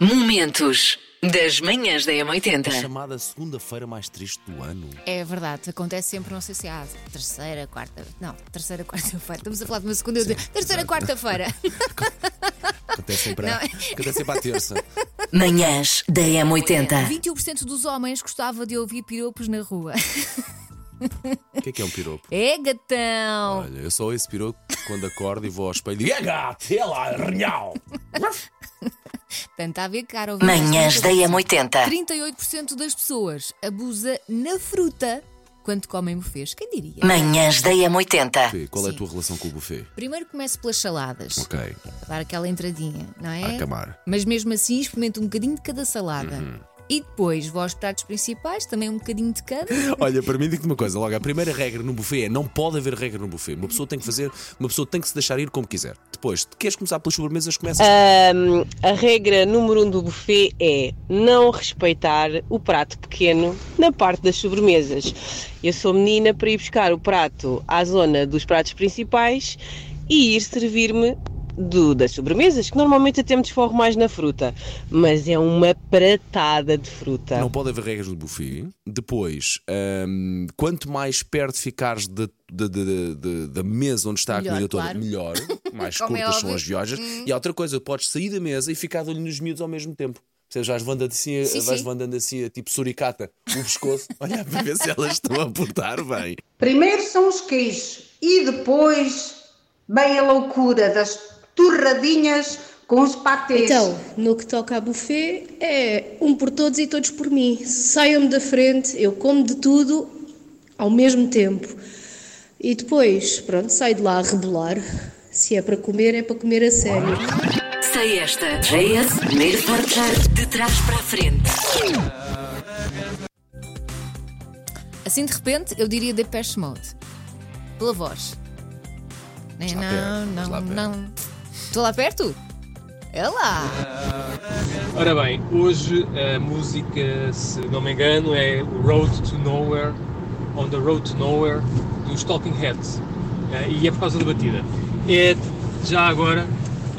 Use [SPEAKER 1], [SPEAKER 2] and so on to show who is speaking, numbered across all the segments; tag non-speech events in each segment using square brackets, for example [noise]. [SPEAKER 1] Momentos das manhãs da M80.
[SPEAKER 2] chamada segunda-feira mais triste do ano.
[SPEAKER 3] É verdade, acontece sempre, não sei se há terceira, quarta. Não, terceira, [laughs] quarta-feira. Estamos a falar de uma segunda, eu digo,
[SPEAKER 1] [laughs]
[SPEAKER 3] terceira, quarta-feira. [laughs]
[SPEAKER 2] Acontece sempre, a,
[SPEAKER 3] Não.
[SPEAKER 2] acontece sempre à terça.
[SPEAKER 1] Manhãs da M80.
[SPEAKER 3] 21% dos homens gostava de ouvir piropos na rua. [laughs]
[SPEAKER 2] O que é que é um piropo?
[SPEAKER 3] É gatão!
[SPEAKER 2] Olha, eu sou esse piropo que quando acordo e vou ao espelho e digo, é gato, é lá, renhal.
[SPEAKER 3] Tanto a ver, cara, ouvir.
[SPEAKER 1] Manhãs da M80.
[SPEAKER 3] 38% das pessoas abusa na fruta quando comem bufês. Quem diria?
[SPEAKER 1] Manhãs da M80.
[SPEAKER 2] Fê, Qual é a
[SPEAKER 3] Sim.
[SPEAKER 2] tua relação com o buffet?
[SPEAKER 3] Primeiro começo pelas saladas,
[SPEAKER 2] Ok,
[SPEAKER 3] dar aquela entradinha, não é?
[SPEAKER 1] Ah,
[SPEAKER 2] a
[SPEAKER 1] tá
[SPEAKER 2] camar.
[SPEAKER 3] Mas mesmo assim experimento um bocadinho de cada salada.
[SPEAKER 1] Uhum.
[SPEAKER 3] E depois vou aos pratos principais, também um bocadinho
[SPEAKER 1] [laughs]
[SPEAKER 3] de cada.
[SPEAKER 2] Olha, para mim digo-te uma coisa, logo, a primeira regra no buffet é não pode haver regra no buffet. Uma pessoa tem que fazer, uma pessoa tem que se deixar ir como quiser. Depois, tu queres começar pelas sobremesas, começas.
[SPEAKER 4] Ahm, a regra número um do buffet é não respeitar o prato pequeno na parte das sobremesas. Eu sou menina para ir buscar o prato à zona dos pratos principais e ir servir-me do- das sobremesas, que normalmente até me desforro mais na fruta, mas é uma pratada de fruta.
[SPEAKER 2] Não pode haver regras no buffet. Depois, hum, quanto mais perto ficares da, da- da- da- da mesa onde está a
[SPEAKER 3] Melhor,
[SPEAKER 2] comida toda,
[SPEAKER 3] claro. [laughs]
[SPEAKER 2] melhor. Mais
[SPEAKER 3] Como é
[SPEAKER 2] curtas são
[SPEAKER 3] óbvio. Hum.
[SPEAKER 2] as viagens. E há outra coisa, podes sair da mesa e ficar de olho nos miúdos ao mesmo tempo. Percebes? Vais vandando assim,
[SPEAKER 3] Sim,
[SPEAKER 2] vais
[SPEAKER 3] sim.
[SPEAKER 2] vandando assim, tipo suricata, o
[SPEAKER 3] [laughs]
[SPEAKER 2] pescoço, olhar para ver se elas estão a portar bem.
[SPEAKER 5] Primeiro são os queijos e depois vem a loucura das torradinhas com os patês.
[SPEAKER 6] Então, no que toca a buffet, é um por todos e todos por mim. Saiam-me da frente, eu como de tudo ao mesmo tempo. E depois, pronto, saio de lá a rebolar. Se é para comer, é para comer a sério.
[SPEAKER 1] Sei esta. JS, primeiro portar de trás para a frente.
[SPEAKER 3] Assim de repente, eu diria Depeche Mode. Pela voz. Né,
[SPEAKER 2] lá
[SPEAKER 3] Não,
[SPEAKER 2] perto, estás lá
[SPEAKER 3] não,
[SPEAKER 2] perto.
[SPEAKER 3] não. Estou lá perto? É lá!
[SPEAKER 7] Ora bem, hoje a música, se não me engano, é o Road to Nowhere, On the Road to Nowhere, dos Talking Heads. Eh, E é por causa da batida. É, já agora,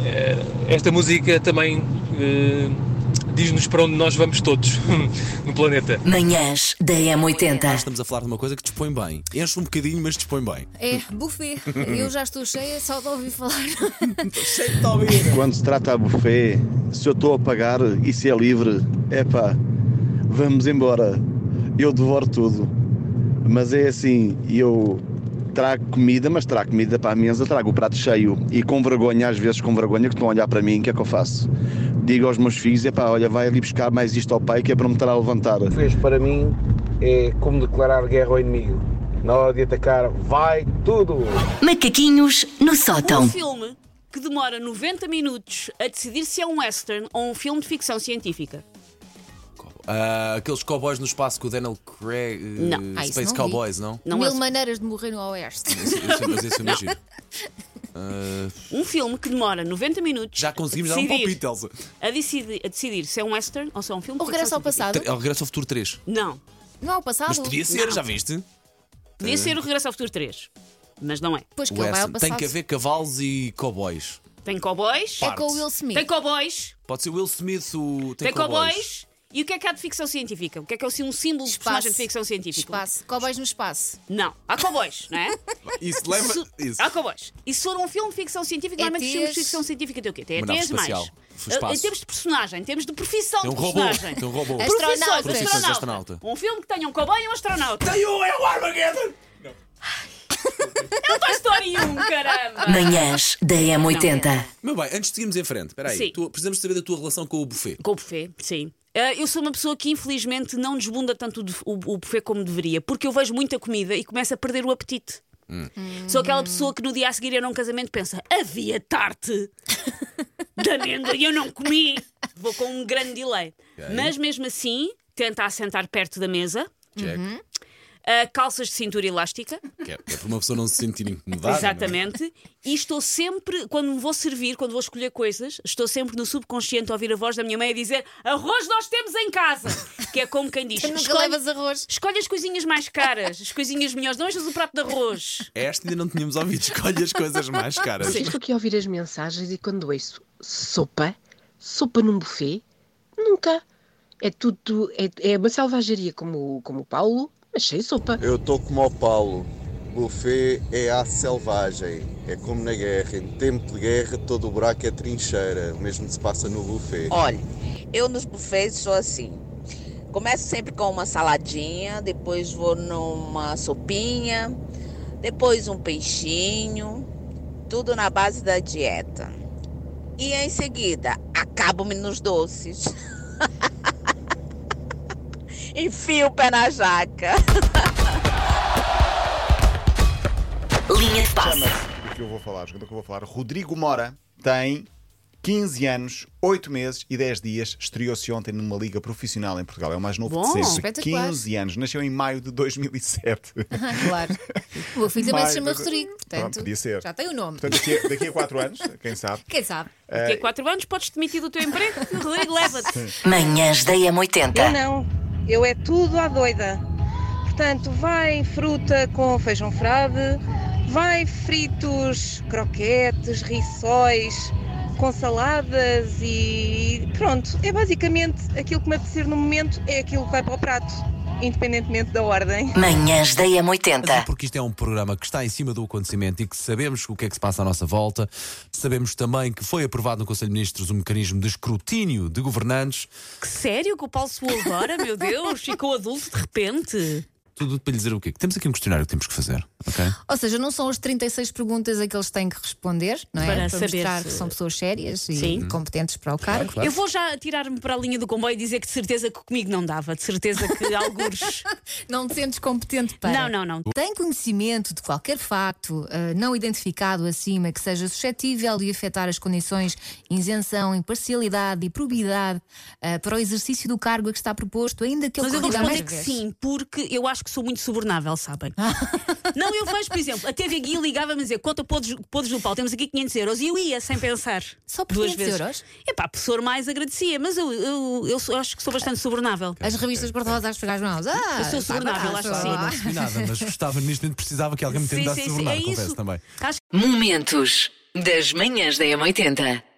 [SPEAKER 7] eh, esta música também eh, diz-nos para onde nós vamos todos [laughs] no planeta.
[SPEAKER 1] Manhãs da M80.
[SPEAKER 2] Estamos a falar de uma coisa que dispõe bem. Enche um bocadinho, mas dispõe bem.
[SPEAKER 3] É,
[SPEAKER 2] [laughs]
[SPEAKER 3] buffet. Eu já estou cheia, só de ouvir falar.
[SPEAKER 2] Cheio de ouvir.
[SPEAKER 8] Quando se trata a buffet, se eu estou a pagar e se é livre, epá, vamos embora. Eu devoro tudo. Mas é assim, eu trago comida, mas trago comida para a mesa, trago o prato cheio. E com vergonha, às vezes com vergonha, que estão a olhar para mim, o que é que eu faço? Digo aos meus filhos, epá, olha, vai ali buscar mais isto ao pai que é para me estar a levantar.
[SPEAKER 9] fez para mim é como declarar guerra ao inimigo. Na hora de atacar, vai tudo!
[SPEAKER 1] Macaquinhos no
[SPEAKER 10] Um
[SPEAKER 1] sótão.
[SPEAKER 10] filme que demora 90 minutos a decidir se é um western ou um filme de ficção científica.
[SPEAKER 2] Ah, aqueles cowboys no espaço com o Daniel Craig. eh,
[SPEAKER 10] Não.
[SPEAKER 3] Ah, isso
[SPEAKER 2] Space
[SPEAKER 3] não vi.
[SPEAKER 2] Cowboys, não?
[SPEAKER 10] Não
[SPEAKER 3] Mil
[SPEAKER 10] é-
[SPEAKER 3] maneiras de morrer no Oeste.
[SPEAKER 2] Esse- esse- Mas esse eu imagino. Ah,
[SPEAKER 10] Um filme que demora 90 minutos
[SPEAKER 2] Já conseguimos
[SPEAKER 10] a
[SPEAKER 2] dar um
[SPEAKER 10] decidir,
[SPEAKER 2] palpite, Elsa.
[SPEAKER 3] Tá
[SPEAKER 10] A decidir, a decidir se é um western ou se é um filme
[SPEAKER 3] O
[SPEAKER 10] de
[SPEAKER 3] regresso
[SPEAKER 10] ficção
[SPEAKER 3] ao passado.
[SPEAKER 2] Tre- É o Regresso ao Futuro 3.
[SPEAKER 10] científica. Não.
[SPEAKER 3] Tá Não ao passado.
[SPEAKER 2] Mas podia ser, já viste?
[SPEAKER 10] Podia ser o Regresso ao Futuro 3, mas não é.
[SPEAKER 3] Pois que ele vai ao
[SPEAKER 2] Wesson. Tem
[SPEAKER 3] passado.
[SPEAKER 2] que haver cavalos e cowboys.
[SPEAKER 10] Tem cowboys,
[SPEAKER 3] É com o Will Smith.
[SPEAKER 10] tem cowboys,
[SPEAKER 2] Pode ser Will Smith, o.
[SPEAKER 10] tem, cowboys. E o que é que há de ficção científica? O que é que é assim, um símbolo de
[SPEAKER 3] Espaço.
[SPEAKER 10] personagem de ficção científica?
[SPEAKER 3] Espaço. Cowboys no espaço.
[SPEAKER 10] Não. Há cowboys,
[SPEAKER 3] [laughs]
[SPEAKER 10] não é?
[SPEAKER 2] Isso, lembra? Isso.
[SPEAKER 10] Ah, cowboys. E se for um filme de ficção científica, normalmente os
[SPEAKER 3] ETs.
[SPEAKER 10] filmes de ficção científica tem o quê? Tem
[SPEAKER 2] Uma nave
[SPEAKER 10] ETs mais.
[SPEAKER 2] espacial. Foi
[SPEAKER 10] Ah,
[SPEAKER 2] espaço.
[SPEAKER 10] Em termos de personagem, em termos de profissão
[SPEAKER 2] Tem um
[SPEAKER 10] de
[SPEAKER 2] robô.
[SPEAKER 10] personagem.
[SPEAKER 2] Tem um robô.
[SPEAKER 3] As-
[SPEAKER 10] Profissões,
[SPEAKER 3] Astronautas.
[SPEAKER 2] Profissões de
[SPEAKER 10] astronauta.
[SPEAKER 2] astronauta.
[SPEAKER 10] Um filme que tenha um cowboy e um astronauta.
[SPEAKER 2] Tem o é o Armageddon!
[SPEAKER 10] É o Toy Story 1, caramba!
[SPEAKER 1] Manhãs da M80.
[SPEAKER 2] Meu bem, antes de seguirmos em frente, espera aí.
[SPEAKER 10] Sim.
[SPEAKER 2] tu- precisamos saber da tua relação com o buffet.
[SPEAKER 10] Com o buffet, sim. Ah, eu sou uma pessoa que infelizmente não desbunda tanto o, de- o- o buffet como deveria, porque eu vejo muita comida e começo a perder o apetite. Sou aquela pessoa que no dia a seguir era um casamento pensa: havia tarte de amêndoa e eu não comi. Vou com um grande delay. Mas mesmo assim, tenta assentar perto da mesa,
[SPEAKER 2] Jack.
[SPEAKER 3] Uhum.
[SPEAKER 10] ah, calças de cintura elástica,
[SPEAKER 2] Que é, que é para uma pessoa não é? se sentir incomodada.
[SPEAKER 10] Exatamente. E estou sempre, quando me vou servir, quando vou escolher coisas, estou sempre no subconsciente a ouvir a voz da minha mãe a dizer arroz nós temos em casa. Que é como quem diz:
[SPEAKER 3] Tu nunca levas arroz.
[SPEAKER 10] escolhe as coisinhas mais caras, as coisinhas melhores, não enches o prato de arroz.
[SPEAKER 2] não é? Esta ainda não tínhamos ouvido. Escolhe as coisas mais caras.
[SPEAKER 11] Estou aqui a ouvir as mensagens e quando ouço sopa, sopa num buffet, Nunca. É tudo. É, é uma selvageria como, como o Paulo, mas sem sopa.
[SPEAKER 12] Eu estou como o Paulo. Buffet é a selvagem. É como na guerra. Em tempo de guerra, todo o buraco é trincheira. O mesmo se passa no buffet.
[SPEAKER 13] Olha, eu nos buffets sou assim. Começo sempre com uma saladinha, depois vou numa sopinha, depois um peixinho, tudo na base da dieta. E em seguida, acabo-me nos doces. [laughs] Enfio o pé na jaca.
[SPEAKER 1] Linha de passe.
[SPEAKER 14] Chama-se o que eu vou falar, o jogador que eu vou falar. Rodrigo Mora tem 15 anos, 8 meses e 10 dias. Estreou-se ontem numa liga profissional em Portugal. É o mais novo
[SPEAKER 3] Bom,
[SPEAKER 14] de sempre.
[SPEAKER 3] espetacular. Ah,
[SPEAKER 14] 15 anos. Nasceu em maio de 2007.
[SPEAKER 3] claro. O meu filho também se chama
[SPEAKER 14] Mas-
[SPEAKER 3] Rodrigo, portanto.
[SPEAKER 14] Pronto, podia ser.
[SPEAKER 3] Já tem o nome.
[SPEAKER 14] Portanto, daqui a, daqui a 4 anos, quem sabe.
[SPEAKER 3] Quem sabe?
[SPEAKER 10] Daqui a 4 anos podes demitir do teu emprego. Rodrigo, leva-te.
[SPEAKER 1] Manhãs da
[SPEAKER 15] Eu
[SPEAKER 1] 80
[SPEAKER 15] não, eu é tudo à doida. Portanto, vai fruta com feijão frade, vai fritos, croquetes, rissóis, com saladas e pronto. É basicamente aquilo que me apetecer no momento, é aquilo que vai para o prato, independentemente da ordem.
[SPEAKER 1] Manhãs da
[SPEAKER 10] Tá.
[SPEAKER 1] 80
[SPEAKER 2] Porque isto é um programa que está em cima do acontecimento e que sabemos o que é que se passa à nossa volta. Sabemos também que foi aprovado no Conselho de Ministros um mecanismo de escrutínio de governantes.
[SPEAKER 10] Que sério que o Paulo suou agora, meu Deus? Ficou adulto de repente.
[SPEAKER 2] Tudo para lhe dizer o quê? Que temos aqui um questionário que temos que fazer, ok?
[SPEAKER 3] Ou seja, não são as 36 perguntas a que eles têm que responder, não é?
[SPEAKER 10] Para saber
[SPEAKER 3] mostrar
[SPEAKER 10] se-
[SPEAKER 3] que são pessoas sérias e
[SPEAKER 10] Sim.
[SPEAKER 3] competentes para o cargo.
[SPEAKER 10] Eu vou já tirar-me para a linha do comboio e dizer que de certeza que comigo não dava, de certeza que algures.
[SPEAKER 3] Não te sentes competente para.
[SPEAKER 10] Não, não, não.
[SPEAKER 3] Tem conhecimento de qualquer facto ah, não identificado acima que seja suscetível de afetar as condições de isenção, imparcialidade e probidade ah, para o exercício do cargo a que está proposto, ainda que
[SPEAKER 10] Mas eu vou
[SPEAKER 3] ocorrido à
[SPEAKER 10] responder
[SPEAKER 3] mais
[SPEAKER 10] que
[SPEAKER 3] vez.
[SPEAKER 10] sim, porque eu acho que sou muito subornável, sabem?
[SPEAKER 3] Ah.
[SPEAKER 10] [laughs] não, eu vejo, por exemplo, a TV Guia ligava-me a dizer quanto podes, podes do Paulo, temos aqui 500 euros, e eu ia sem pensar. Só
[SPEAKER 3] por 500 euros?
[SPEAKER 10] Epá, a pessoa mais agradecia, mas eu, eu, eu sou- acho que sou bastante subornável.
[SPEAKER 3] As revistas cor-de-rosa às pegar as mãos. Ah,
[SPEAKER 10] É, Eu sou
[SPEAKER 3] está
[SPEAKER 10] subornável,
[SPEAKER 3] barato.
[SPEAKER 10] acho que sim.
[SPEAKER 2] Não percebi nada, mas gostava neste momento, precisava que alguém me
[SPEAKER 10] Sim, É
[SPEAKER 2] tentasse
[SPEAKER 10] sim, sim,
[SPEAKER 2] governar,
[SPEAKER 10] é
[SPEAKER 2] confesso
[SPEAKER 10] isso.
[SPEAKER 2] também.
[SPEAKER 10] Acho
[SPEAKER 1] Momentos das manhãs da 80